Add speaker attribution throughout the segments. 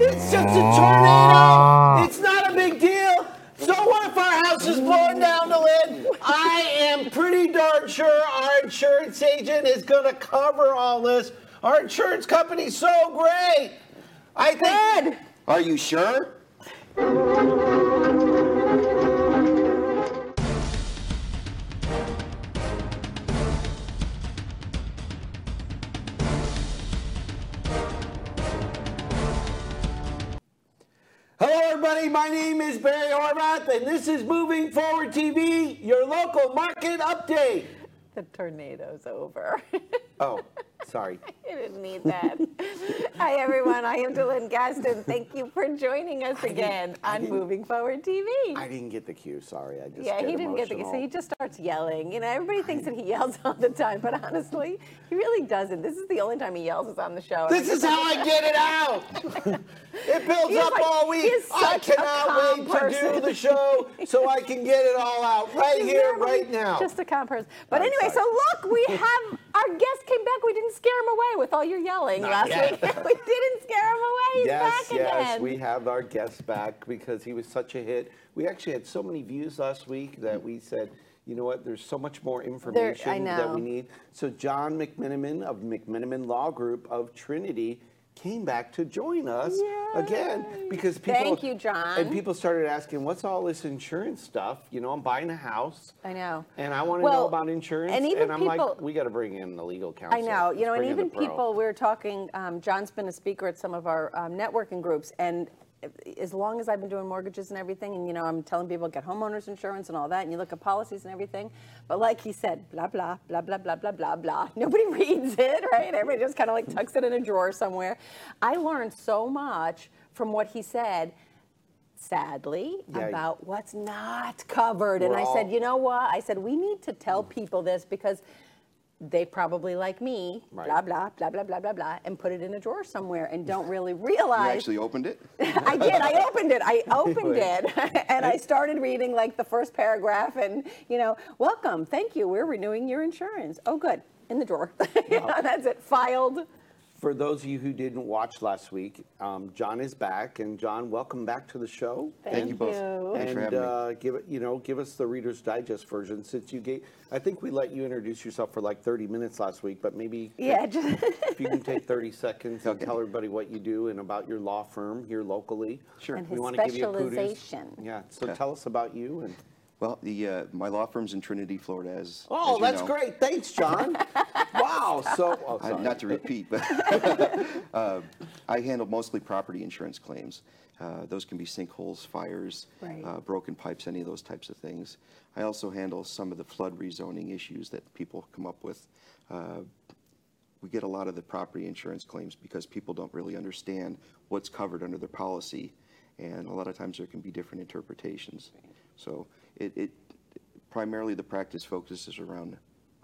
Speaker 1: It's a
Speaker 2: Ah.
Speaker 1: tornado. It's not a big deal. So what if our house is blown down to lead? I am pretty darn sure our insurance agent is going to cover all this. Our insurance company's so great. I think.
Speaker 3: Are you sure?
Speaker 1: Hello, everybody. My name is Barry Horvath, and this is Moving Forward TV, your local market update.
Speaker 2: The tornado's over.
Speaker 1: Oh, sorry.
Speaker 2: I didn't need that. Hi, everyone. I am Dylan Gaston. Thank you for joining us again on Moving Forward TV.
Speaker 1: I didn't get the cue. Sorry, I just
Speaker 2: yeah,
Speaker 1: get
Speaker 2: he didn't get the so
Speaker 1: emotional.
Speaker 2: he just starts yelling. You know, everybody thinks that he yells all the time, but honestly, he really doesn't. This is the only time he yells is on the show.
Speaker 1: This is how I get it out. It builds
Speaker 2: He's
Speaker 1: up
Speaker 2: like-
Speaker 1: all week.
Speaker 2: he is
Speaker 1: I
Speaker 2: such a
Speaker 1: cannot
Speaker 2: calm
Speaker 1: wait to do
Speaker 2: person.
Speaker 1: the show so I can get it all out right
Speaker 2: He's
Speaker 1: here,
Speaker 2: normally
Speaker 1: right now.
Speaker 2: Just a calm person. But
Speaker 1: All right,
Speaker 2: anyway,
Speaker 1: sorry.
Speaker 2: so look, we have our guest came back. We didn't scare him away with all your yelling last
Speaker 1: yet.
Speaker 2: week. we didn't scare him away. He's
Speaker 1: yes,
Speaker 2: back
Speaker 1: yes,
Speaker 2: again.
Speaker 1: we have our guest back because he was such a hit. We actually had so many views last week that we said, you know what, there's so much more information that
Speaker 2: know.
Speaker 1: we need. So John McMiniman of McMiniman Law Group of Trinity came back to join us again because people
Speaker 2: Thank you, John.
Speaker 1: and people started asking what's all this insurance stuff you know i'm buying a house
Speaker 2: I know.
Speaker 1: and i want to know
Speaker 2: Well,
Speaker 1: about insurance
Speaker 2: and even
Speaker 1: i'm
Speaker 2: people-
Speaker 1: like we got to bring in the legal counsel
Speaker 2: I know, you know,
Speaker 1: Let's bring
Speaker 2: and
Speaker 1: in
Speaker 2: even
Speaker 1: the pro.
Speaker 2: people, we were talking, um, John's been a speaker at some of our um, networking groups, and as long as I've been doing mortgages and everything, and, you know, I'm telling people get homeowners insurance and all that, and you look at policies and everything, but like he said, blah, blah, blah, blah, blah, blah, blah, blah. Nobody reads it, right? Everybody just kind of like tucks it in a drawer somewhere. I learned so much from what he said sadly,
Speaker 1: Yeah.
Speaker 2: about what's not covered. And
Speaker 1: We're
Speaker 2: I
Speaker 1: all-
Speaker 2: said, you know what? I said, we need to tell people this because they probably like me,
Speaker 1: Right.
Speaker 2: blah, blah, blah, blah, blah, blah, blah, and put it in a drawer somewhere and don't really
Speaker 3: You
Speaker 2: realize.
Speaker 3: actually opened it?
Speaker 2: I did. I opened it. I opened it, and I started reading like the first paragraph, and you know, welcome, thank you. We're renewing your insurance. Oh, good, in the drawer. You know, that's it. Filed.
Speaker 1: for those of you who didn't watch last week um, john is back and john welcome back to the show
Speaker 3: Thank you both.
Speaker 2: you.
Speaker 3: Thanks for
Speaker 1: and
Speaker 3: having me.
Speaker 1: uh, give it, you know, give us the Reader's Digest version since you gave. I think we let you introduce yourself for like 30 minutes last week, but maybe
Speaker 2: Yeah, just
Speaker 1: if you can take 30 seconds and
Speaker 3: Okay.
Speaker 1: tell everybody what you do and about your law firm here locally.
Speaker 3: Sure. And
Speaker 1: we
Speaker 2: his
Speaker 1: want to give you kudos.
Speaker 2: specialization.
Speaker 1: Yeah. So
Speaker 3: Okay.
Speaker 1: tell us about you and.
Speaker 3: Well, the uh, my law firm's in Trinity, Florida, as as
Speaker 1: Oh,
Speaker 3: you
Speaker 1: that's
Speaker 3: know.
Speaker 1: great. Thanks, John. wow. So oh,
Speaker 3: I-
Speaker 1: sorry.
Speaker 3: not to repeat, but uh, I handle mostly property insurance claims. Uh, those can be sinkholes, fires,
Speaker 2: Right.
Speaker 3: uh, broken pipes, any of those types of things. I also handle some of the flood rezoning issues that people come up with. Uh, we get a lot of the property insurance claims because people don't really understand what's covered under their policy, and a lot of times there can be different interpretations. So it, it primarily the practice focuses around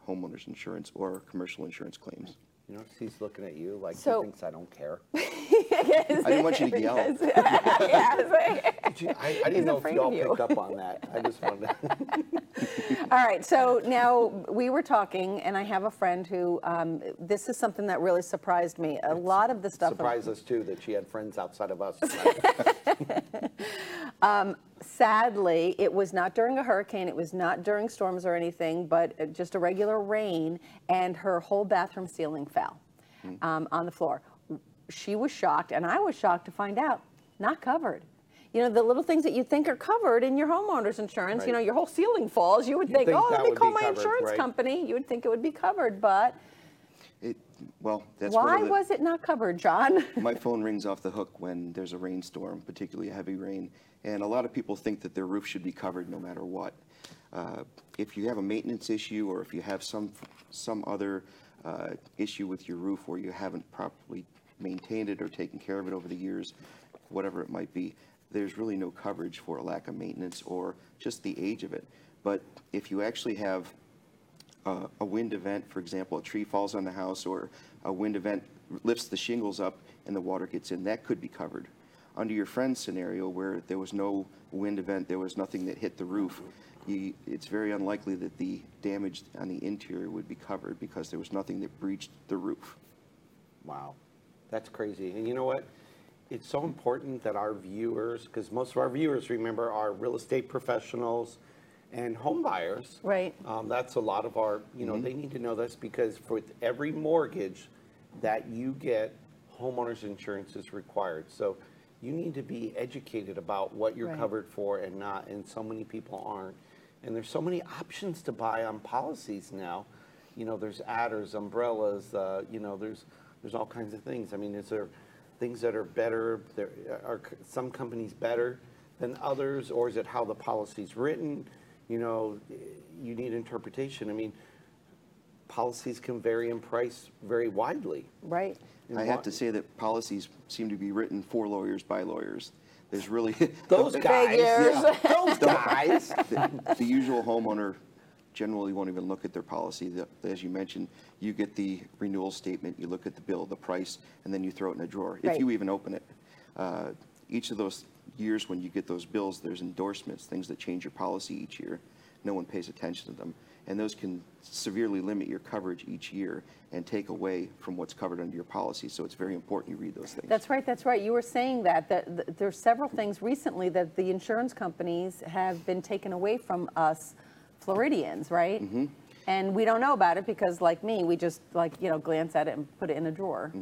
Speaker 3: homeowners insurance or commercial insurance claims.
Speaker 1: You know, he's looking at you like
Speaker 2: So-
Speaker 1: he thinks I don't care.
Speaker 3: I didn't want you to yell.
Speaker 2: yeah. it's like-
Speaker 1: Did you- I, I
Speaker 2: He's
Speaker 1: didn't know if
Speaker 2: afraid
Speaker 1: y'all
Speaker 2: of you.
Speaker 1: picked up on that. I just wanted to.
Speaker 2: All right, so now we were talking, and I have a friend who, um, this is something that really surprised me. A lot of the stuff.
Speaker 1: Surprised us too that she had friends outside of us.
Speaker 2: Sadly, it was not during a hurricane, it was not during storms or anything, but uh, just a regular rain, and her whole bathroom ceiling fell
Speaker 1: Hmm.
Speaker 2: um, on the floor. She was shocked, and I was shocked to find out not covered. You know, the little things that you think are covered in your homeowner's insurance, you
Speaker 1: Right.
Speaker 2: know, your whole ceiling falls, you would think,
Speaker 1: think
Speaker 2: oh,
Speaker 1: that
Speaker 2: let me
Speaker 1: would
Speaker 2: call
Speaker 1: be
Speaker 2: my
Speaker 1: covered,
Speaker 2: insurance
Speaker 1: right?
Speaker 2: company. You would think it would be covered, but.
Speaker 3: It, well, that's one
Speaker 2: Why
Speaker 3: of the-
Speaker 2: was it not covered, John?
Speaker 3: My phone rings off the hook when there's a rainstorm, particularly a heavy rain, and a lot of people think that their roof should be covered no matter what. Uh, If you have a maintenance issue, or if you have some, some other uh, issue with your roof where you haven't properly maintained it or taken care of it over the years, whatever it might be, there's really no coverage for a lack of maintenance or just the age of it. But if you actually have uh, a wind event, for example, a tree falls on the house or a wind event lifts the shingles up and the water gets in, that could be covered. Under your friend's scenario where there was no wind event, there was nothing that hit the roof, you, it's very unlikely that the damage on the interior would be covered because there was nothing that breached the roof.
Speaker 1: Wow, that's crazy. And you know what? it's so important that our viewers, because most of our viewers, remember, are real estate professionals and home buyers.
Speaker 2: Right.
Speaker 1: Um, that's a lot of our, you know, they need to know this because for every mortgage that you get, homeowners insurance is required. So you need to be educated about what you're
Speaker 2: Right.
Speaker 1: covered for and not, and so many people aren't. And there's so many options to buy on policies now. You know, there's adders, umbrellas, uh, you know, there's, there's all kinds of things. I mean, is there things that are better, there, are c- some companies better than others, or is it how the policy's written? You know, you need interpretation. I mean, policies can vary in price very widely.
Speaker 2: Right.
Speaker 1: And
Speaker 3: I have
Speaker 1: why-
Speaker 3: to say that policies seem to be written for lawyers by lawyers. There's really
Speaker 1: Those guys,
Speaker 2: Figures.
Speaker 1: yeah, those guys.
Speaker 3: the, the usual homeowner generally won't even look at their policy. The- As you mentioned, you get the renewal statement, you look at the bill, the price, and then you throw it in a drawer, if you
Speaker 2: Right.
Speaker 3: even open it. Uh, Each of those years when you get those bills, there's endorsements, things that change your policy each year. No one pays attention to them. And those can severely limit your coverage each year and take away from what's covered under your policy. So it's very important you read those things.
Speaker 2: That's right, that's right. You were saying that, that th- there are several things recently that the insurance companies have been taken away from us Floridians, right? And we don't know about it because like me, we just like, you know, glance at it and put it in a drawer.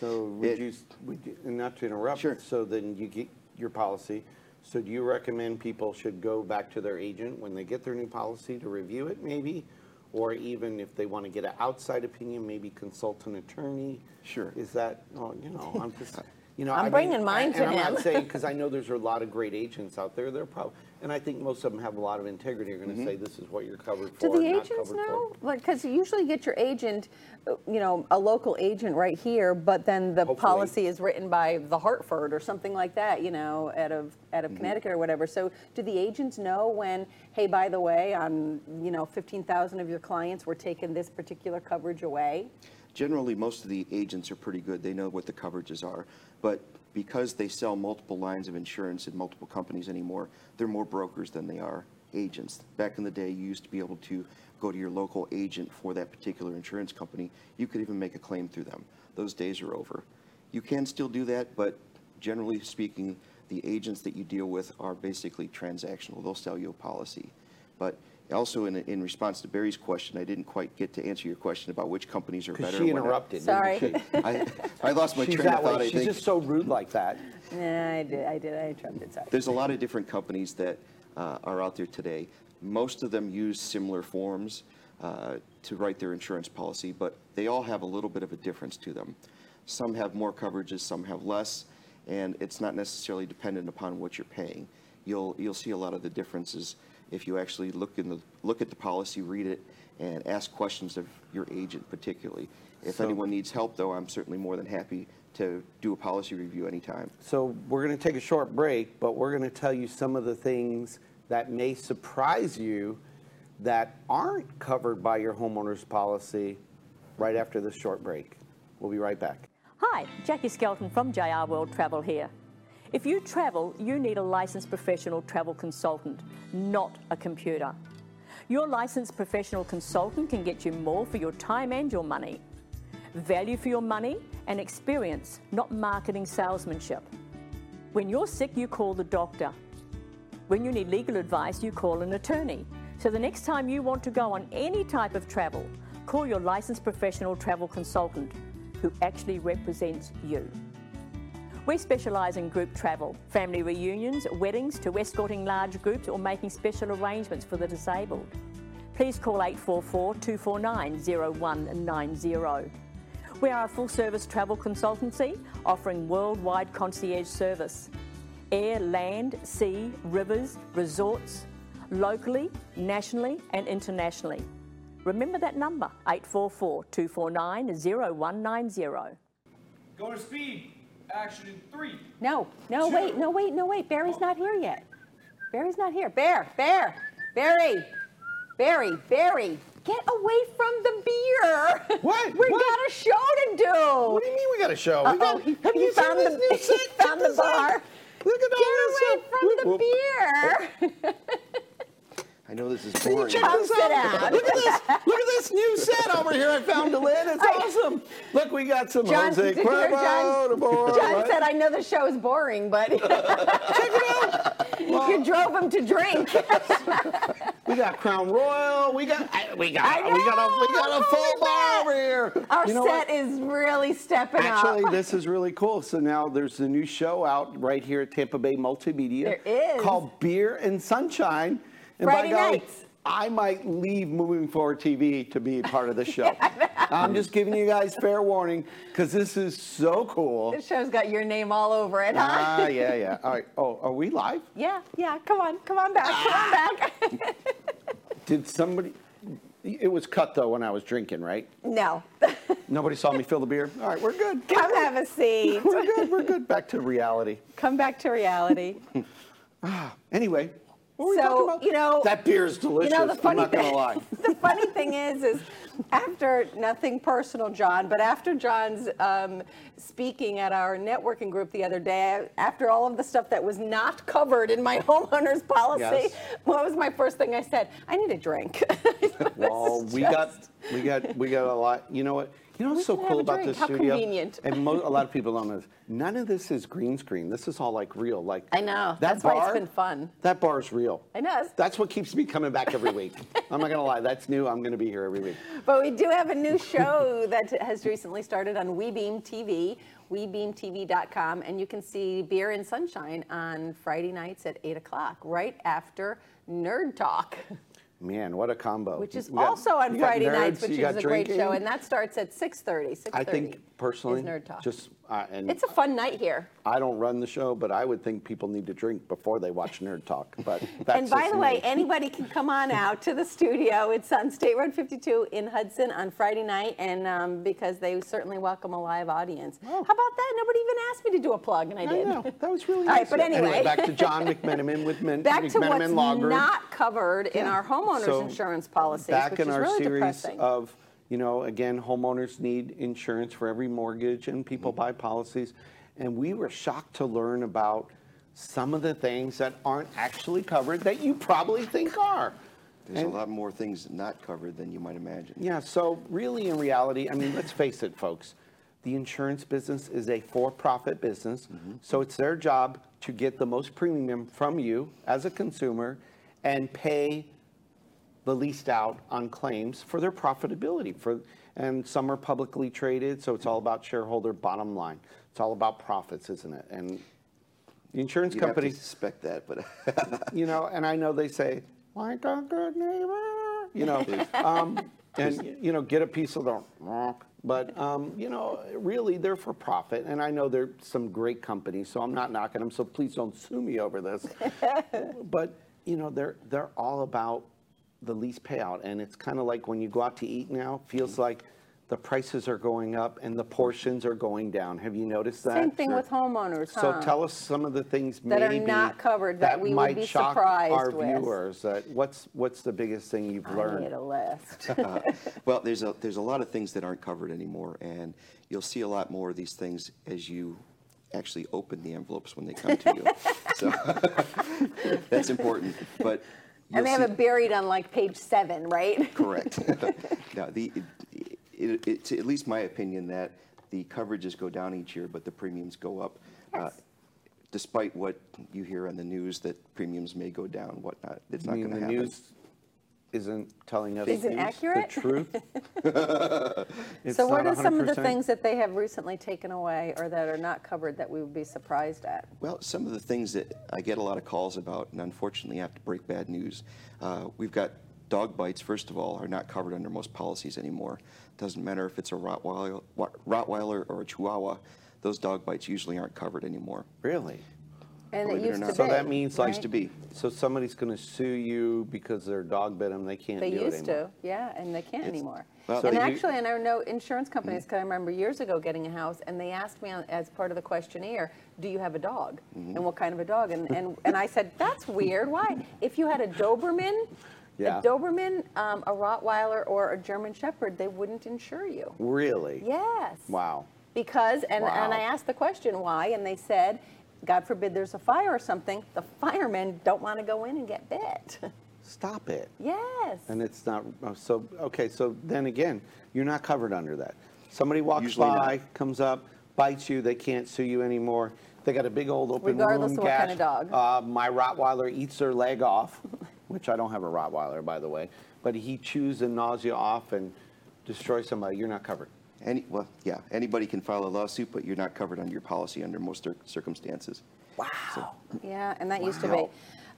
Speaker 1: So would
Speaker 3: It-
Speaker 1: you, would you, and not to interrupt.
Speaker 3: Sure.
Speaker 1: So then you get your policy. So do you recommend people should go back to their agent when they get their new policy to review it maybe? Or even if they want to get an outside opinion, maybe consult an attorney?
Speaker 3: Sure.
Speaker 1: Is that, well, you know, I'm just, you know.
Speaker 2: I'm
Speaker 1: I mean,
Speaker 2: bringing mine to
Speaker 1: And I'm
Speaker 2: him.
Speaker 1: not saying, because I know there's a lot of great agents out there, they're probably, and I think most of them have a lot of integrity, are going
Speaker 3: Mm-hmm.
Speaker 1: to say this is what you're covered for,
Speaker 2: Do the
Speaker 1: not covered
Speaker 2: agents
Speaker 1: for.
Speaker 2: know? Like, because you usually get your agent, uh, you know, a local agent right here, but then the
Speaker 1: Hopefully.
Speaker 2: policy is written by the Hartford or something like that, you know, out of,
Speaker 1: Mm-hmm.
Speaker 2: out of Connecticut or whatever. So do the agents know when, hey, by the way, on, you know, 15,000 of your clients, we're taking this particular coverage away?
Speaker 3: generally most of the agents are pretty good they know what the coverages are but because they sell multiple lines of insurance in multiple companies anymore they're more brokers than they are agents back in the day you used to be able to go to your local agent for that particular insurance company you could even make a claim through them those days are over you can still do that but generally speaking the agents that you deal with are basically transactional they'll sell you a policy but also in, in response to barry's question i didn't quite get to answer your question about which companies are
Speaker 1: Because
Speaker 3: better
Speaker 1: she
Speaker 3: when I-
Speaker 1: interrupted. didn't
Speaker 2: Sorry.
Speaker 1: she?
Speaker 3: I, I lost my
Speaker 1: She's
Speaker 3: train
Speaker 1: that
Speaker 3: of thought.
Speaker 1: way.
Speaker 3: I
Speaker 1: She's
Speaker 3: think
Speaker 1: just so rude like that.
Speaker 2: Nah, I did, I did, I interrupted, sorry.
Speaker 3: there's a lot of different companies that uh, are out there today. Most of them use similar forms uh, to write their insurance policy, but they all have a little bit of a difference to them. Some have more coverages, some have less, and it's not necessarily dependent upon what you're paying. You'll you'll see a lot of the differences if you actually look in the look at the policy, read it, and ask questions of your agent particularly. If
Speaker 1: So-
Speaker 3: anyone needs help, though, I'm certainly more than happy to do a policy review anytime.
Speaker 1: So we're going to take a short break, but we're going to tell you some of the things that may surprise you that aren't covered by your homeowner's policy right after this short break. We'll be right back.
Speaker 4: Hi, Jackie Skelton from JR World Travel here. If you travel, you need a licensed professional travel consultant, not a computer. Your licensed professional consultant can get you more for your time and your money. Value for your money and experience, not marketing salesmanship. When you're sick, you call the doctor. When you need legal advice, you call an attorney. So the next time you want to go on any type of travel, call your licensed professional travel consultant who actually represents you. We specialise in group travel, family reunions, weddings, to escorting large groups or making special arrangements for the disabled. Please call 844 249 0190. We are a full service travel consultancy offering worldwide concierge service air, land, sea, rivers, resorts, locally, nationally, and internationally. Remember that number 844 249 0190.
Speaker 5: Go to speed. Action in three.
Speaker 2: No, no, wait, no, wait, no, wait. Barry's not here yet. Barry's not here. Bear, bear, Barry, Barry, Barry. Get away from the beer.
Speaker 1: What?
Speaker 2: We
Speaker 1: What?
Speaker 2: got a show to do.
Speaker 1: What do you mean we got a show? We
Speaker 2: Uh-oh.
Speaker 1: got, have
Speaker 2: He
Speaker 1: you seen
Speaker 2: found
Speaker 1: this
Speaker 2: the-
Speaker 1: new
Speaker 2: he
Speaker 1: site? Check
Speaker 2: found the
Speaker 1: this out.
Speaker 2: bar.
Speaker 1: Look at all
Speaker 2: Get away
Speaker 1: this stuff.
Speaker 2: from the
Speaker 1: Whoop, whoop.
Speaker 2: beer.
Speaker 3: I I know this is
Speaker 1: See,
Speaker 3: boring.
Speaker 1: check
Speaker 2: Come
Speaker 1: this
Speaker 2: sit
Speaker 1: out.
Speaker 2: down.
Speaker 1: Look at this. Look at this new set over here. I found Lynn. It's
Speaker 2: I-
Speaker 1: awesome. Look, we got some
Speaker 2: John-
Speaker 1: Jose
Speaker 2: here,
Speaker 1: Cuervo
Speaker 2: John-
Speaker 1: to board.
Speaker 2: John said, I know the show is boring, but you drove him to drink.
Speaker 1: we got Crown Royal. We got I- we got
Speaker 2: I
Speaker 1: we got a we got
Speaker 2: know,
Speaker 1: a full
Speaker 2: holy
Speaker 1: bar
Speaker 2: man.
Speaker 1: over here.
Speaker 2: Our
Speaker 1: You know what?
Speaker 2: set is really stepping
Speaker 1: Actually,
Speaker 2: up.
Speaker 1: this is really cool. So now there's a new show out right here at Tampa Bay Multimedia.
Speaker 2: There is.
Speaker 1: Called Beer and Sunshine. And
Speaker 2: Friday
Speaker 1: golly,
Speaker 2: nights.
Speaker 1: I might leave Moving Forward TV to be part of the show. I'm just giving you guys fair warning because this is so cool.
Speaker 2: This show's got your name all over it, huh?
Speaker 1: Ah, yeah, yeah. All right. Oh, are we live?
Speaker 2: yeah, yeah. Come on, come on back, come on back.
Speaker 1: Did somebody? It was cut though when I was drinking, right?
Speaker 2: no,
Speaker 1: Nobody saw me fill the beer. All right, we're good.
Speaker 2: come have a seat.
Speaker 1: We're good. We're good. Back to reality.
Speaker 2: Come back to reality.
Speaker 1: Anyway, what were we
Speaker 2: So,
Speaker 1: talking about?
Speaker 2: you know-
Speaker 1: that beer is
Speaker 2: You
Speaker 1: delicious.
Speaker 2: know, the
Speaker 1: I'm
Speaker 2: funny
Speaker 1: not
Speaker 2: thing,
Speaker 1: gonna lie.
Speaker 2: the funny thing is, is after nothing personal, John, but after John's um, speaking at our networking group the other day, after all of the stuff that was not covered in my homeowner's policy,
Speaker 1: Yes.
Speaker 2: what was my first thing I said? I need a drink.
Speaker 1: Well, we got, we got, we got a lot. You know what? You know what's so
Speaker 2: should have
Speaker 1: cool
Speaker 2: a
Speaker 1: about
Speaker 2: drink.
Speaker 1: this
Speaker 2: How
Speaker 1: studio?
Speaker 2: convenient.
Speaker 1: And mo- a lot of people don't know this. None of this is green screen. This is all like real. Like
Speaker 2: I know.
Speaker 1: That
Speaker 2: That's why
Speaker 1: bar,
Speaker 2: it's been fun.
Speaker 1: That bar's real.
Speaker 2: I know.
Speaker 1: That's what keeps me coming back every week. I'm not gonna lie. That's new. I'm gonna be here every week.
Speaker 2: But we do have a new show that has recently started on WeBeam TV, WeBeamTV.com, and you can see Beer and Sunshine on Friday nights at 8 o'clock, right after Nerd Talk,
Speaker 1: Man, what a combo.
Speaker 2: which is
Speaker 1: We got-
Speaker 2: also on
Speaker 1: you got
Speaker 2: Friday
Speaker 1: nerds,
Speaker 2: nights, which
Speaker 1: you
Speaker 2: is
Speaker 1: got
Speaker 2: a great show,
Speaker 1: drinking.
Speaker 2: and that starts at 6.30, 6.30
Speaker 1: I think personally,
Speaker 2: is Nerd Talk.
Speaker 1: just uh, and
Speaker 2: it's a fun night here.
Speaker 1: I don't run the show, but I would think people need to drink before they watch Nerd Talk. But that's
Speaker 2: and by
Speaker 1: just
Speaker 2: the
Speaker 1: me.
Speaker 2: way, anybody can come on out to the studio. It's on State Road 52 in Hudson on Friday night, and um, because they certainly welcome a live audience. How about that? Nobody even asked me to do a plug, and I,
Speaker 1: Oh. I
Speaker 2: did.
Speaker 1: know. That was really
Speaker 2: All
Speaker 1: nice.
Speaker 2: right, but anyway,
Speaker 1: back to John McMenamin with Men,
Speaker 2: back to
Speaker 1: McMenamin
Speaker 2: what's
Speaker 1: Law Group.
Speaker 2: not covered in our homeowners
Speaker 1: So,
Speaker 2: insurance policies,
Speaker 1: Back
Speaker 2: which
Speaker 1: in
Speaker 2: is
Speaker 1: our
Speaker 2: really
Speaker 1: series
Speaker 2: depressing.
Speaker 1: of, you know, again, homeowners need insurance for every mortgage, and people
Speaker 2: Mm-hmm.
Speaker 1: buy policies, and we were shocked to learn about some of the things that aren't actually covered that you probably think are.
Speaker 3: There's a lot more things not covered than you might imagine.
Speaker 1: Yeah, so really in reality, I mean, let's face it, folks, the insurance business is a for-profit business.
Speaker 3: Mm-hmm.
Speaker 1: So it's their job to get the most premium from you as a consumer and pay the least out on claims for their profitability. For, and some are publicly traded, so it's all about shareholder bottom line. It's all about profits, isn't it? And the insurance
Speaker 3: You'd
Speaker 1: companies
Speaker 3: have to suspect that, but
Speaker 1: you know, and I know they say, like a good neighbor, you know, um, and, you know, get a piece of the, but, um, you know, really they're for profit. And I know they're some great companies, so I'm not knocking them, so please don't sue me over this. but, you know, they're, they're all about the least payout. And it's kind of like when you go out to eat now, feels
Speaker 2: Mm-hmm.
Speaker 1: like the prices are going up and the portions are going down. Have you noticed that?
Speaker 2: Same thing with homeowners,
Speaker 1: So
Speaker 2: huh?
Speaker 1: tell us some of the things
Speaker 2: That are
Speaker 1: maybe
Speaker 2: not covered that we would
Speaker 1: might
Speaker 2: be
Speaker 1: shock
Speaker 2: surprised
Speaker 1: our
Speaker 2: with.
Speaker 1: viewers. That what's what's the biggest thing you've
Speaker 2: I need
Speaker 1: learned?
Speaker 2: a list.
Speaker 3: well, there's a there's a lot of things that aren't covered anymore, and you'll see a lot more of these things as you actually open the envelopes when they come to you. so that's important. But
Speaker 2: and they
Speaker 3: you'll
Speaker 2: have
Speaker 3: see-
Speaker 2: it buried on like page seven, right?
Speaker 3: Correct. No, the, it- it- it's at least my opinion that the coverages go down each year, but the premiums go up. uh,
Speaker 2: Yes.
Speaker 3: Despite what you hear on the news, that premiums may go down, whatnot. It's
Speaker 1: I
Speaker 3: not
Speaker 1: mean,
Speaker 3: going to
Speaker 1: the
Speaker 3: happen.
Speaker 1: news isn't telling us
Speaker 2: Is it
Speaker 1: the
Speaker 2: accurate?
Speaker 1: truth. It's
Speaker 2: So what
Speaker 1: not
Speaker 2: are some of the
Speaker 1: 100%.
Speaker 2: things that they have recently taken away or that are not covered that we would be surprised at?
Speaker 3: Well, some of the things that I get a lot of calls about, and unfortunately I have to break bad news. Uh, we've got dog bites, first of all, are not covered under most policies anymore. Doesn't matter if it's a Rottweiler, wa- Rottweiler or a Chihuahua, those dog bites usually aren't covered anymore.
Speaker 1: Really?
Speaker 2: And
Speaker 3: Believe
Speaker 2: it
Speaker 3: it or
Speaker 2: used to be.
Speaker 3: not.
Speaker 1: So that means like
Speaker 3: Used to be.
Speaker 1: So somebody's going to sue you because their dog bit them. They can't
Speaker 2: They
Speaker 1: do it
Speaker 2: used to,
Speaker 1: anymore.
Speaker 2: yeah, and they can't anymore.
Speaker 3: well, Mm-hmm.
Speaker 2: And
Speaker 3: they-
Speaker 2: actually, and I know insurance companies, because I remember years ago getting a house, and they asked me on- as part of the questionnaire, do you have a dog?
Speaker 3: Mm-hmm.
Speaker 2: And what kind of a dog? And, and, and I said, that's weird, why? If you had a Doberman,
Speaker 1: Yeah.
Speaker 2: a Doberman, um, a Rottweiler, or a German Shepherd, they wouldn't insure you.
Speaker 1: Really?
Speaker 2: Yes.
Speaker 1: Wow.
Speaker 2: Because, and, and I
Speaker 1: Wow.
Speaker 2: asked the question why, and they said, God forbid there's a fire or something, the firemen don't want to go in and get bit.
Speaker 1: stop it.
Speaker 2: Yes.
Speaker 1: And it's not, oh, so, okay, so then again, you're not covered under that. Somebody walks
Speaker 3: Usually not.
Speaker 1: by, comes up, bites you, they can't sue you anymore. They got a big old open
Speaker 2: Regardless
Speaker 1: wound
Speaker 2: of what
Speaker 1: gash.
Speaker 2: kind of dog.
Speaker 1: Uh, my Rottweiler eats their leg off, which I don't have a Rottweiler, by the way, but he chews the nausea off and destroys somebody. You're not covered.
Speaker 3: Any, well, yeah, anybody can file a lawsuit, but you're not covered under your policy under most cir- circumstances.
Speaker 2: Yeah, and that used to
Speaker 3: Wow.
Speaker 2: be.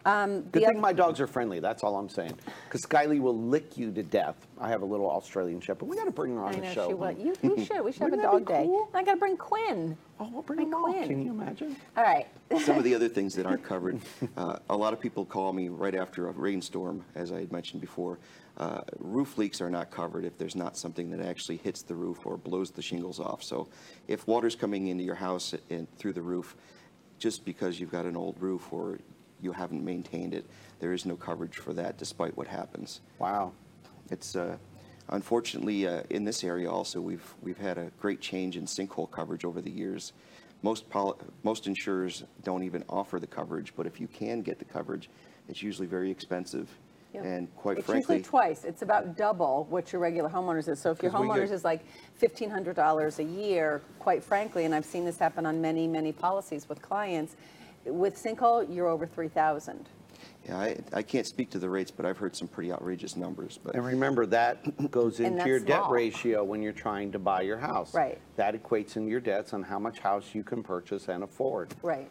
Speaker 2: Um,
Speaker 1: Good
Speaker 2: the
Speaker 1: thing
Speaker 2: oth-
Speaker 1: my dogs are friendly. That's all I'm saying. Because Skyly will lick you to death. I have a little Australian Shepherd. We got to bring her on
Speaker 2: I
Speaker 1: the
Speaker 2: know
Speaker 1: show.
Speaker 2: she will. You, we should. We should have a
Speaker 1: Wouldn't that be
Speaker 2: dog day.
Speaker 1: cool?
Speaker 2: And I got to bring Quinn.
Speaker 1: Oh, we'll bring
Speaker 2: Bring
Speaker 1: her on.
Speaker 2: Quinn.
Speaker 1: Can you imagine?
Speaker 2: All right.
Speaker 3: Some of the other things that aren't covered, uh, a lot of people call me right after a rainstorm, as I had mentioned before. Uh, Roof leaks are not covered if there's not something that actually hits the roof or blows the shingles off. So if water's coming into your house and through the roof, just because you've got an old roof or you haven't maintained it, there is no coverage for that despite what happens.
Speaker 1: Wow.
Speaker 3: It's uh, unfortunately uh, in this area also we've we've had a great change in sinkhole coverage over the years. Most poli- most insurers don't even offer the coverage, but if you can get the coverage, it's usually very expensive,
Speaker 2: Yep.
Speaker 3: and quite
Speaker 2: it's
Speaker 3: frankly,
Speaker 2: usually twice. It's about double what your regular homeowners is. So if your
Speaker 1: 'Cause we
Speaker 2: homeowners
Speaker 1: get-
Speaker 2: is like fifteen hundred dollars a year, quite frankly, and I've seen this happen on many, many policies with clients. With sinkhole, you're over three thousand.
Speaker 3: yeah, I, I can't speak to the rates, but I've heard some pretty outrageous numbers. But
Speaker 1: And remember, that goes
Speaker 2: And
Speaker 1: into your
Speaker 2: that's
Speaker 1: debt
Speaker 2: law.
Speaker 1: ratio when you're trying to buy your house.
Speaker 2: Right.
Speaker 1: That equates into your debts on how much house you can purchase and afford.
Speaker 2: Right.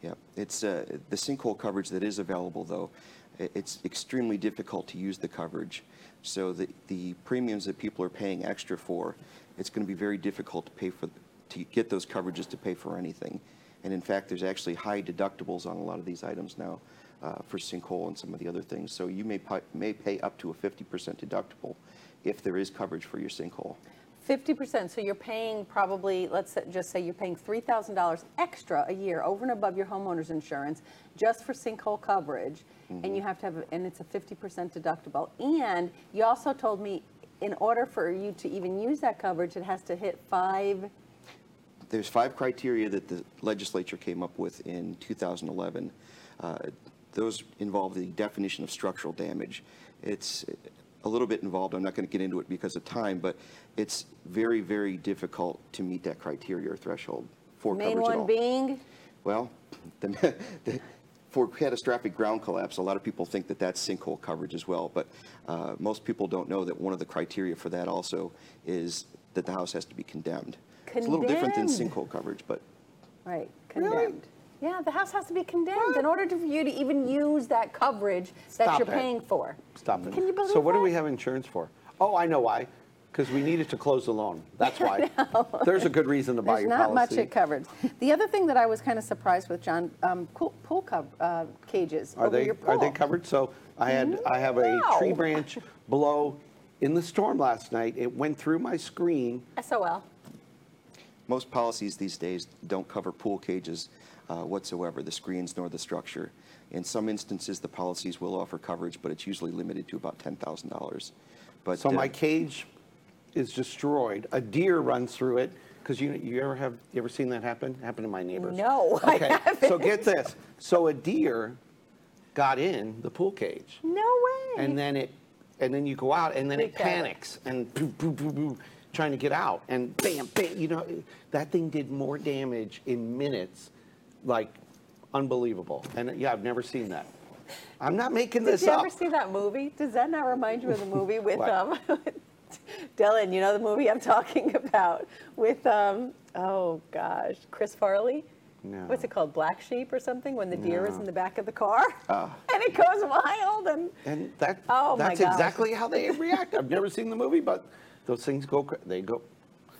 Speaker 3: Yeah, it's uh, the sinkhole coverage that is available, though. i- It's extremely difficult to use the coverage. So the, the premiums that people are paying extra for, it's going to be very difficult to pay for, to get those coverages to pay for anything. And in fact, there's actually high deductibles on a lot of these items now uh, for sinkhole and some of the other things. So you may, pi- may pay up to a 50% deductible if there is coverage for your sinkhole.
Speaker 2: Fifty percent, so you're paying probably, let's say- just say you're paying three thousand dollars extra a year over and above your homeowner's insurance just for sinkhole coverage,
Speaker 1: Mm-hmm.
Speaker 2: and you have to have, and it's a fifty percent deductible. And you also told me, in order for you to even use that coverage, it has to hit five,
Speaker 3: there's five criteria that the legislature came up with in 2011. Uh, Those involve the definition of structural damage. It's a little bit involved, I'm not going to get into it because of time, but it's very, very difficult to meet that criteria or threshold for coverage at
Speaker 2: main
Speaker 3: all.
Speaker 2: one being,
Speaker 3: Well, the, the, for catastrophic ground collapse, a lot of people think that that's sinkhole coverage as well, but uh, most people don't know that one of the criteria for that also is that the house has to be condemned. It's a little different than
Speaker 2: Condemned.
Speaker 3: sinkhole coverage, but
Speaker 2: right, condemned. Yeah, the house has to be condemned in order to- for you to even use that coverage that
Speaker 1: Stop
Speaker 2: you're
Speaker 1: it.
Speaker 2: paying for.
Speaker 1: Stop it.
Speaker 2: Can you believe
Speaker 1: So what do we
Speaker 2: that?
Speaker 1: have insurance for? Oh, I know why. Because we needed to close the loan. That's why. There's a good reason to buy
Speaker 2: There's
Speaker 1: your
Speaker 2: not
Speaker 1: policy.
Speaker 2: much it covered. The other thing that I was kind of surprised with, John, um, cool, pool cov- uh, cages
Speaker 1: Are
Speaker 2: over
Speaker 1: they
Speaker 2: your pool.
Speaker 1: are they covered? So I had I have a tree
Speaker 2: No.
Speaker 1: branch below. In the storm last night, it went through my screen.
Speaker 2: SOL.
Speaker 3: most policies these days don't cover pool cages uh, whatsoever, the screens nor the structure. In some instances, the policies will offer coverage, but it's usually limited to about $10,000. But
Speaker 1: So
Speaker 3: uh,
Speaker 1: my cage is destroyed. A deer runs through it because you you ever have you ever seen that happen? Happen to my neighbors.
Speaker 2: No, I
Speaker 1: Okay. So get this. So a deer got in the pool cage.
Speaker 2: No way.
Speaker 1: and then it, and then you go out, and then it
Speaker 2: Freak out.
Speaker 1: panics and boo, boo, boo, boo, trying to get out, and bam, bam, you know, that thing did more damage in minutes, like unbelievable. And yeah, I've never seen that. I'm not making
Speaker 2: Did
Speaker 1: this
Speaker 2: you
Speaker 1: up.
Speaker 2: ever see that movie? Does that not remind you of the movie with
Speaker 1: What?
Speaker 2: um, Dylan? You know the movie I'm talking about with um, oh gosh, Chris Farley.
Speaker 1: No.
Speaker 2: What's it called? Black Sheep or something? When the deer is in the back of the car and it goes wild and
Speaker 1: Ah. And that,
Speaker 2: Oh, my
Speaker 1: that's
Speaker 2: gosh.
Speaker 1: exactly how they react. I've never seen the movie, but those things go, cra- they go,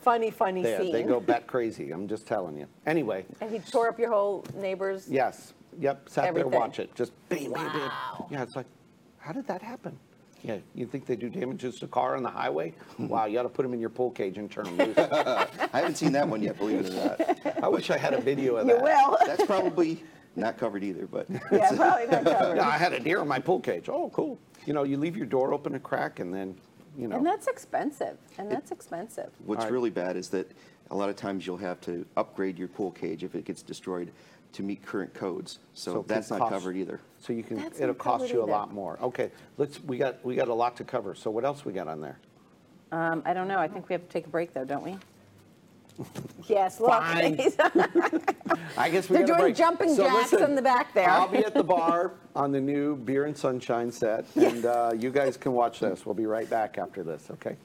Speaker 2: funny, funny
Speaker 1: they,
Speaker 2: scene.
Speaker 1: they go bat crazy. I'm just telling you. Anyway,
Speaker 2: And he tore up your whole neighbor's
Speaker 1: yes, yep, sat there,
Speaker 2: Everything.
Speaker 1: watch it, just bam, bam, bam.
Speaker 2: Wow.
Speaker 1: Yeah, it's like, how did that happen? Yeah, you think they do damages to car on the highway? Wow, you ought to put them in your pool cage and turn them loose.
Speaker 3: I haven't seen that one yet, believe it or not.
Speaker 1: I wish I had a video of
Speaker 2: You
Speaker 1: that.
Speaker 2: will.
Speaker 3: That's probably not covered either, but.
Speaker 2: Yeah, probably not covered.
Speaker 1: Yeah, I had a deer in my pool cage. Oh, cool. You know, you leave your door open a crack and then, you know.
Speaker 2: And that's expensive. And that's expensive.
Speaker 3: What's
Speaker 1: All right.
Speaker 3: really bad is that a lot of times you'll have to upgrade your pool cage if it gets destroyed to meet current codes.
Speaker 1: So it
Speaker 3: So
Speaker 1: could
Speaker 3: that's not
Speaker 1: cost-
Speaker 3: covered either.
Speaker 1: So you can,
Speaker 2: That's
Speaker 1: it'll
Speaker 2: not
Speaker 1: cost
Speaker 2: covered
Speaker 1: you a
Speaker 2: either.
Speaker 1: lot more. Okay, let's, we got, we got a lot to cover. So what else we got on there?
Speaker 2: Um, I don't know. I think we have to take a break, though, don't we? Yes, look.
Speaker 1: Fine. I guess we
Speaker 2: They're
Speaker 1: got a
Speaker 2: doing
Speaker 1: break.
Speaker 2: jumping
Speaker 1: So
Speaker 2: jacks
Speaker 1: listen,
Speaker 2: in the back there.
Speaker 1: I'll be at the bar on the new Beer and Sunshine set, and uh, you guys can watch this. We'll be right back after this, okay?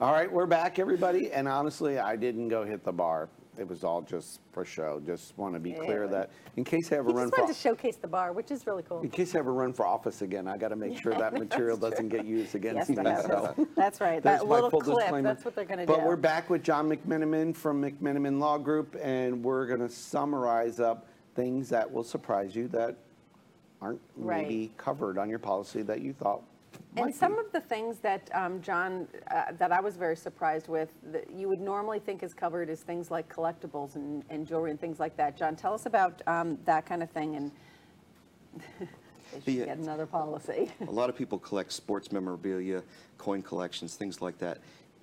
Speaker 1: All right, we're back, everybody. And honestly, I didn't go hit the bar. It was all just for show. Just want to be clear
Speaker 2: Yeah.
Speaker 1: that in case I ever
Speaker 2: He
Speaker 1: run
Speaker 2: just
Speaker 1: for
Speaker 2: wanted to showcase the bar, which is really cool.
Speaker 1: in case I ever run for office again, I got to make sure that material doesn't get used
Speaker 2: Yes,
Speaker 1: against me.
Speaker 2: that
Speaker 1: so.
Speaker 2: happens. That's right.
Speaker 1: There's
Speaker 2: That
Speaker 1: my
Speaker 2: little
Speaker 1: full
Speaker 2: clip,
Speaker 1: disclaimer.
Speaker 2: that's what they're going to do.
Speaker 1: But we're back with John McMenamin from McMenamin Law Group, and we're going to summarize up things that will surprise you that aren't
Speaker 2: Right.
Speaker 1: maybe covered on your policy that you thought might
Speaker 2: And
Speaker 1: be.
Speaker 2: some of the things that um, John, uh, that I was very surprised with, that you would normally think is covered is things like collectibles and, and jewelry and things like that. John, tell us about um, that kind of thing and they
Speaker 1: uh,
Speaker 2: should
Speaker 3: The-
Speaker 2: get another policy.
Speaker 3: A lot of people collect sports memorabilia, coin collections, things like that.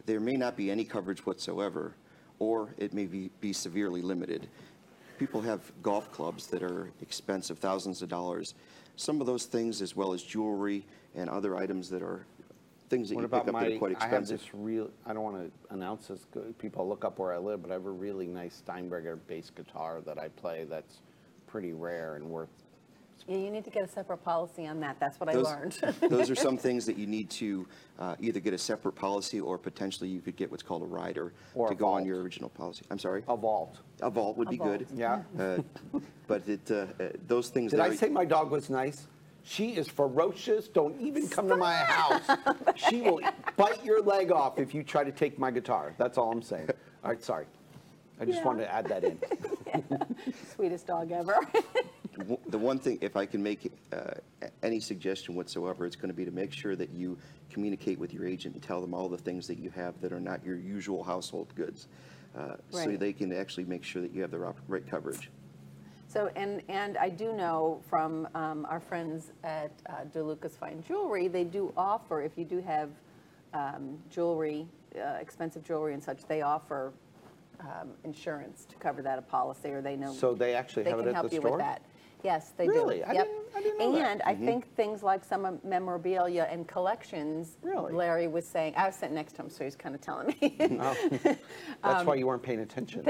Speaker 3: There may not be any coverage whatsoever, or it may be, be severely limited. People have golf clubs that are expensive, thousands of dollars. Some of those things, as well as jewelry and other items that are things that
Speaker 1: What
Speaker 3: you pick
Speaker 1: about
Speaker 3: up that
Speaker 1: my,
Speaker 3: are quite
Speaker 1: I have
Speaker 3: expensive.
Speaker 1: this real, I don't want to announce this, g- people look up where I live, but I have a really nice Steinberger bass guitar that I play that's pretty rare and worth,
Speaker 2: Yeah, you need to get a separate policy on that. That's what I
Speaker 3: Those-
Speaker 2: learned.
Speaker 3: Those are some things that you need to uh, either get a separate policy, or potentially you could get what's called a rider
Speaker 1: Or
Speaker 3: to
Speaker 1: a
Speaker 3: go on
Speaker 1: vault.
Speaker 3: your original policy. I'm sorry?
Speaker 1: a vault.
Speaker 3: A vault would be good.
Speaker 2: vault.
Speaker 1: Yeah.
Speaker 3: Uh, But it, uh, uh, those things.
Speaker 1: Did
Speaker 3: there-
Speaker 1: I say my dog was nice? She is ferocious. Don't even come to my house. She will bite your leg off if you try to take my guitar. That's all I'm saying. All right, sorry. I just
Speaker 2: Yeah.
Speaker 1: wanted to add that in.
Speaker 2: Sweetest dog ever.
Speaker 3: w- the one thing, if I can make uh, a- any suggestion whatsoever, it's going to be to make sure that you communicate with your agent and tell them all the things that you have that are not your usual household goods. uh, So
Speaker 2: Right.
Speaker 3: they can actually make sure that you have the rop- right coverage.
Speaker 2: So, and, and I do know from um, our friends at uh, DeLucas Fine Jewelry, they do offer, if you do have um, jewelry, uh, expensive jewelry and such, they offer um, insurance to cover that, a policy, or they know.
Speaker 1: So they actually have it at the
Speaker 2: They can help you
Speaker 1: store?
Speaker 2: with that. Yes, they do.
Speaker 1: Really? I
Speaker 2: Yep.
Speaker 1: didn't- I didn't know that. Mm-hmm.
Speaker 2: And I think things like some of memorabilia and collections.
Speaker 1: Really?
Speaker 2: Larry was saying, I was sitting next to him, so he was kind of telling me.
Speaker 1: That's
Speaker 2: Um,
Speaker 1: why you weren't paying attention.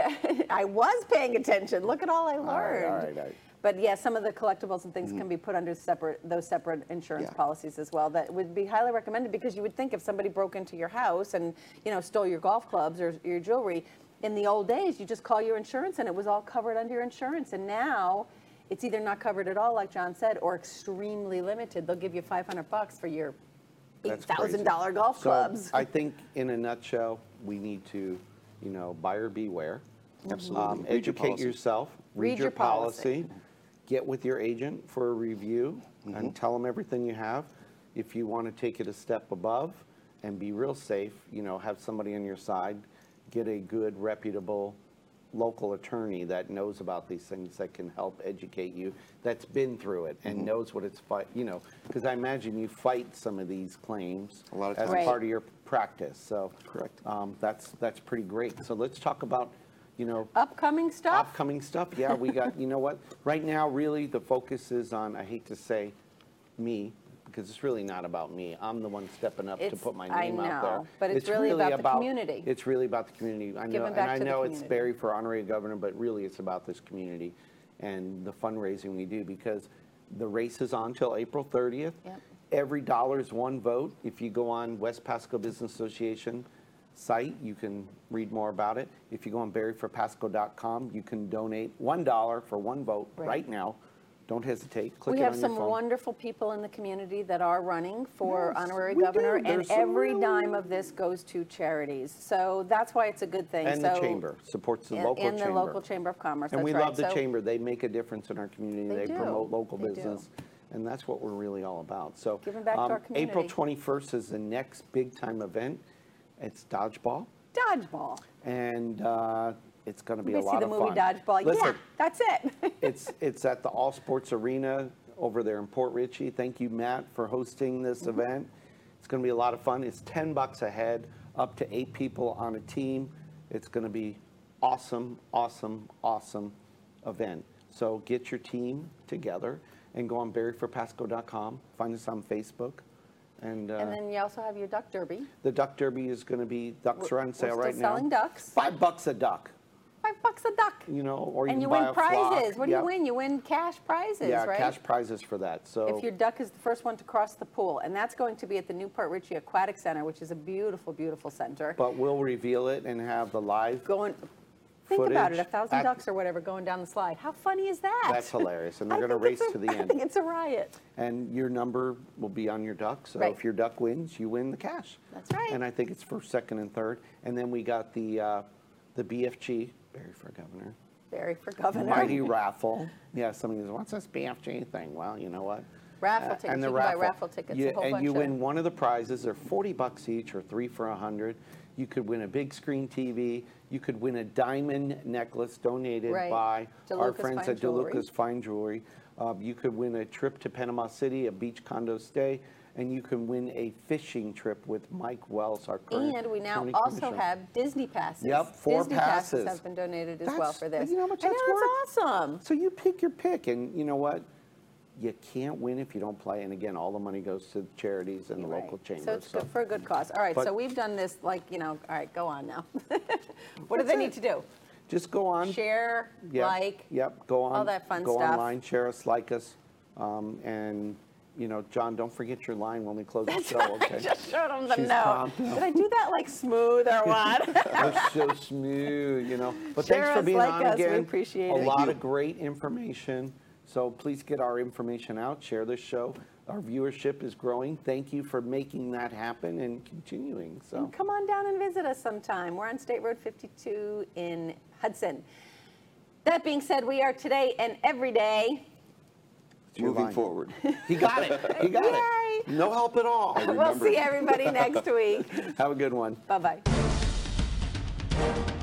Speaker 2: I was paying attention. Look at all I learned.
Speaker 1: all right, Mm-hmm. all right.
Speaker 2: But yeah, some of the collectibles and things can be put under separate those separate insurance
Speaker 3: Yeah.
Speaker 2: policies as well. That would be highly recommended because you would think if somebody broke into your house and you know stole your golf clubs or your jewelry, in the old days you just call your insurance and it was all covered under your insurance. And now, it's either not covered at all, like John said, or extremely limited. They'll give you 500 bucks for your eight
Speaker 1: That's crazy.
Speaker 2: thousand dollar golf
Speaker 1: So
Speaker 2: clubs.
Speaker 1: I think, in a nutshell, we need to, you know, buyer beware. Um,
Speaker 3: Absolutely. Read your
Speaker 1: educate
Speaker 3: policy.
Speaker 1: yourself.
Speaker 2: Read your policy.
Speaker 1: Get with your agent for a review
Speaker 3: Mm-hmm.
Speaker 1: and tell them everything you have. If you want to take it a step above and be real safe, you know, have somebody on your side, get a good, reputable local attorney that knows about these things that can help educate you, that's been through it
Speaker 3: Mm-hmm.
Speaker 1: and knows what it's fight, you know, because I imagine you fight some of these claims
Speaker 3: A lot of
Speaker 1: as
Speaker 2: times.
Speaker 1: part of your practice. So
Speaker 3: Correct.
Speaker 1: um, that's that's pretty great. So let's talk about you know
Speaker 2: Upcoming stuff.
Speaker 1: upcoming stuff. Yeah, we got, you know what? Right now, really, the focus is on, I hate to say me, because it's really not about me. I'm the one stepping up to
Speaker 2: It's-
Speaker 1: put my
Speaker 2: I
Speaker 1: name out there.
Speaker 2: know, but it's really about the community.
Speaker 1: It's really about the community. I know,
Speaker 2: Giving back
Speaker 1: and I
Speaker 2: to the
Speaker 1: know it's
Speaker 2: community.
Speaker 1: Barry for honorary governor, but really it's about this community. and the fundraising we do because the race is on till April 30th.
Speaker 2: Yep.
Speaker 1: Every dollar is one vote. If you go on West Pasco Business Association site, you can read more about it. If you go on berryforpasco.com, you can donate $1 for one vote
Speaker 2: Right.
Speaker 1: right now. Don't hesitate. Click
Speaker 2: We
Speaker 1: it
Speaker 2: have
Speaker 1: on
Speaker 2: some
Speaker 1: your phone.
Speaker 2: wonderful people in the community that are running for
Speaker 1: Yes,
Speaker 2: honorary
Speaker 1: we do.
Speaker 2: governor, and
Speaker 1: There's some
Speaker 2: every
Speaker 1: real-
Speaker 2: dime of this goes to charities. So that's why it's a good thing.
Speaker 1: and the
Speaker 2: So-
Speaker 1: chamber supports the
Speaker 2: And-
Speaker 1: local
Speaker 2: and the
Speaker 1: chamber.
Speaker 2: local chamber of commerce,
Speaker 1: And
Speaker 2: that's
Speaker 1: we
Speaker 2: right.
Speaker 1: love the
Speaker 2: So-
Speaker 1: chamber. They make a difference in our community.
Speaker 2: They
Speaker 1: They,
Speaker 2: do.
Speaker 1: promote local
Speaker 2: They do.
Speaker 1: business, and that's what we're really all about. So um,
Speaker 2: Giving back to our
Speaker 1: April
Speaker 2: community.
Speaker 1: 21st is the next big time event. It's dodgeball,
Speaker 2: Dodgeball.
Speaker 1: and uh, it's going to be
Speaker 2: We
Speaker 1: a lot
Speaker 2: see the
Speaker 1: of
Speaker 2: movie
Speaker 1: fun.
Speaker 2: Dodgeball. Yeah,
Speaker 1: Listen,
Speaker 2: that's it.
Speaker 1: it's it's at the All Sports Arena over there in Port Richey. Thank you, Matt, for hosting this
Speaker 2: Mm-hmm.
Speaker 1: event. It's going to be a lot of fun. It's ten bucks a head, up to eight people on a team. It's going to be awesome, awesome, awesome event. So get your team together and go on berryforpasco.com. Find us on Facebook, and, uh,
Speaker 2: And then you also have your duck derby,
Speaker 1: the duck derby is going to be ducks
Speaker 2: We're-
Speaker 1: are on sale
Speaker 2: we're still
Speaker 1: right now.
Speaker 2: selling ducks.
Speaker 1: Five bucks a duck.
Speaker 2: five bucks a duck.
Speaker 1: You know, or you can
Speaker 2: And you
Speaker 1: buy
Speaker 2: win
Speaker 1: a flock.
Speaker 2: prizes. What do you
Speaker 1: Yep.
Speaker 2: win? You win cash prizes,
Speaker 1: Yeah,
Speaker 2: right?
Speaker 1: cash prizes for that. So
Speaker 2: If your duck is the first one to cross the pool, and that's going to be at the Newport Ritchie Aquatic Center, which is a beautiful, beautiful center.
Speaker 1: But we'll reveal it and have the live.
Speaker 2: Going, think about it, a
Speaker 1: Footage
Speaker 2: thousand
Speaker 1: at-
Speaker 2: ducks or whatever going down the slide. How funny is that?
Speaker 1: That's hilarious, and they're
Speaker 2: I
Speaker 1: gonna
Speaker 2: think it's
Speaker 1: race
Speaker 2: a-
Speaker 1: to the
Speaker 2: I
Speaker 1: end.
Speaker 2: think it's a riot.
Speaker 1: And your number will be on your duck. So
Speaker 2: Right.
Speaker 1: if your duck wins, you win the cash.
Speaker 2: That's right.
Speaker 1: And I think it's first, second, and third. And then we got the uh, the BFG, Barry for Governor,
Speaker 2: Barry for governor.
Speaker 1: Mighty Raffle. Yeah, somebody goes, what's this BFG thing? Well, you know what?
Speaker 2: Raffle
Speaker 1: Uh,
Speaker 2: tickets. You can buy raffle tickets, a
Speaker 1: You-
Speaker 2: whole
Speaker 1: and you
Speaker 2: bunch of-
Speaker 1: win one of the prizes. They're 40 bucks each or three for 100. You could win a big screen TV. You could win a diamond necklace donated
Speaker 2: Right.
Speaker 1: by our
Speaker 2: DeLuca's
Speaker 1: friends
Speaker 2: Fine
Speaker 1: at
Speaker 2: Jewelry.
Speaker 1: DeLuca's Fine Jewelry. Um, you could win a trip to Panama City, a beach condo stay, and you can win a fishing trip with Mike Wells, our current
Speaker 2: And we now
Speaker 1: county
Speaker 2: also
Speaker 1: commissioner.
Speaker 2: have Disney passes.
Speaker 1: Yep, four
Speaker 2: Disney passes.
Speaker 1: passes.
Speaker 2: have been donated as
Speaker 1: That's-
Speaker 2: well for this.
Speaker 1: You know how much
Speaker 2: I
Speaker 1: that's
Speaker 2: know,
Speaker 1: worth?
Speaker 2: That's awesome.
Speaker 1: So you pick your pick, and you know what? You can't win if you don't play. And again, all the money goes to charities and the
Speaker 2: Right.
Speaker 1: local chambers.
Speaker 2: So it's good for a good cause. All right,
Speaker 1: But-
Speaker 2: so we've done this, like, you know, all right, go on now. What do they need to do?
Speaker 1: Just go on.
Speaker 2: Share,
Speaker 1: Yep,
Speaker 2: like?
Speaker 1: Yep, go on.
Speaker 2: all that fun
Speaker 1: Go
Speaker 2: stuff.
Speaker 1: online, share us, like us. um, And, you know, John, don't forget your line when we close the show,
Speaker 2: I
Speaker 1: Oh, okay?
Speaker 2: just showed them the
Speaker 1: She's
Speaker 2: note.
Speaker 1: prompt now.
Speaker 2: Did I do that like smooth or what?
Speaker 1: We're so smooth, you know. But
Speaker 2: Share
Speaker 1: thanks for
Speaker 2: us,
Speaker 1: being
Speaker 2: like
Speaker 1: on
Speaker 2: us, we
Speaker 1: again.
Speaker 2: appreciate
Speaker 1: a
Speaker 2: it.
Speaker 1: lot of great information. So please get our information out. Share this show. Our viewership is growing. Thank you for making that happen and continuing. So
Speaker 2: Come on down and visit us sometime. We're on State Road 52 in Hudson. That being said, we are today and every day.
Speaker 1: it's your
Speaker 3: Moving
Speaker 1: line.
Speaker 3: forward.
Speaker 1: he got it. He got it. No help at all.
Speaker 2: We'll
Speaker 3: Remember.
Speaker 2: see everybody next week.
Speaker 1: Have a good one.
Speaker 2: Bye bye.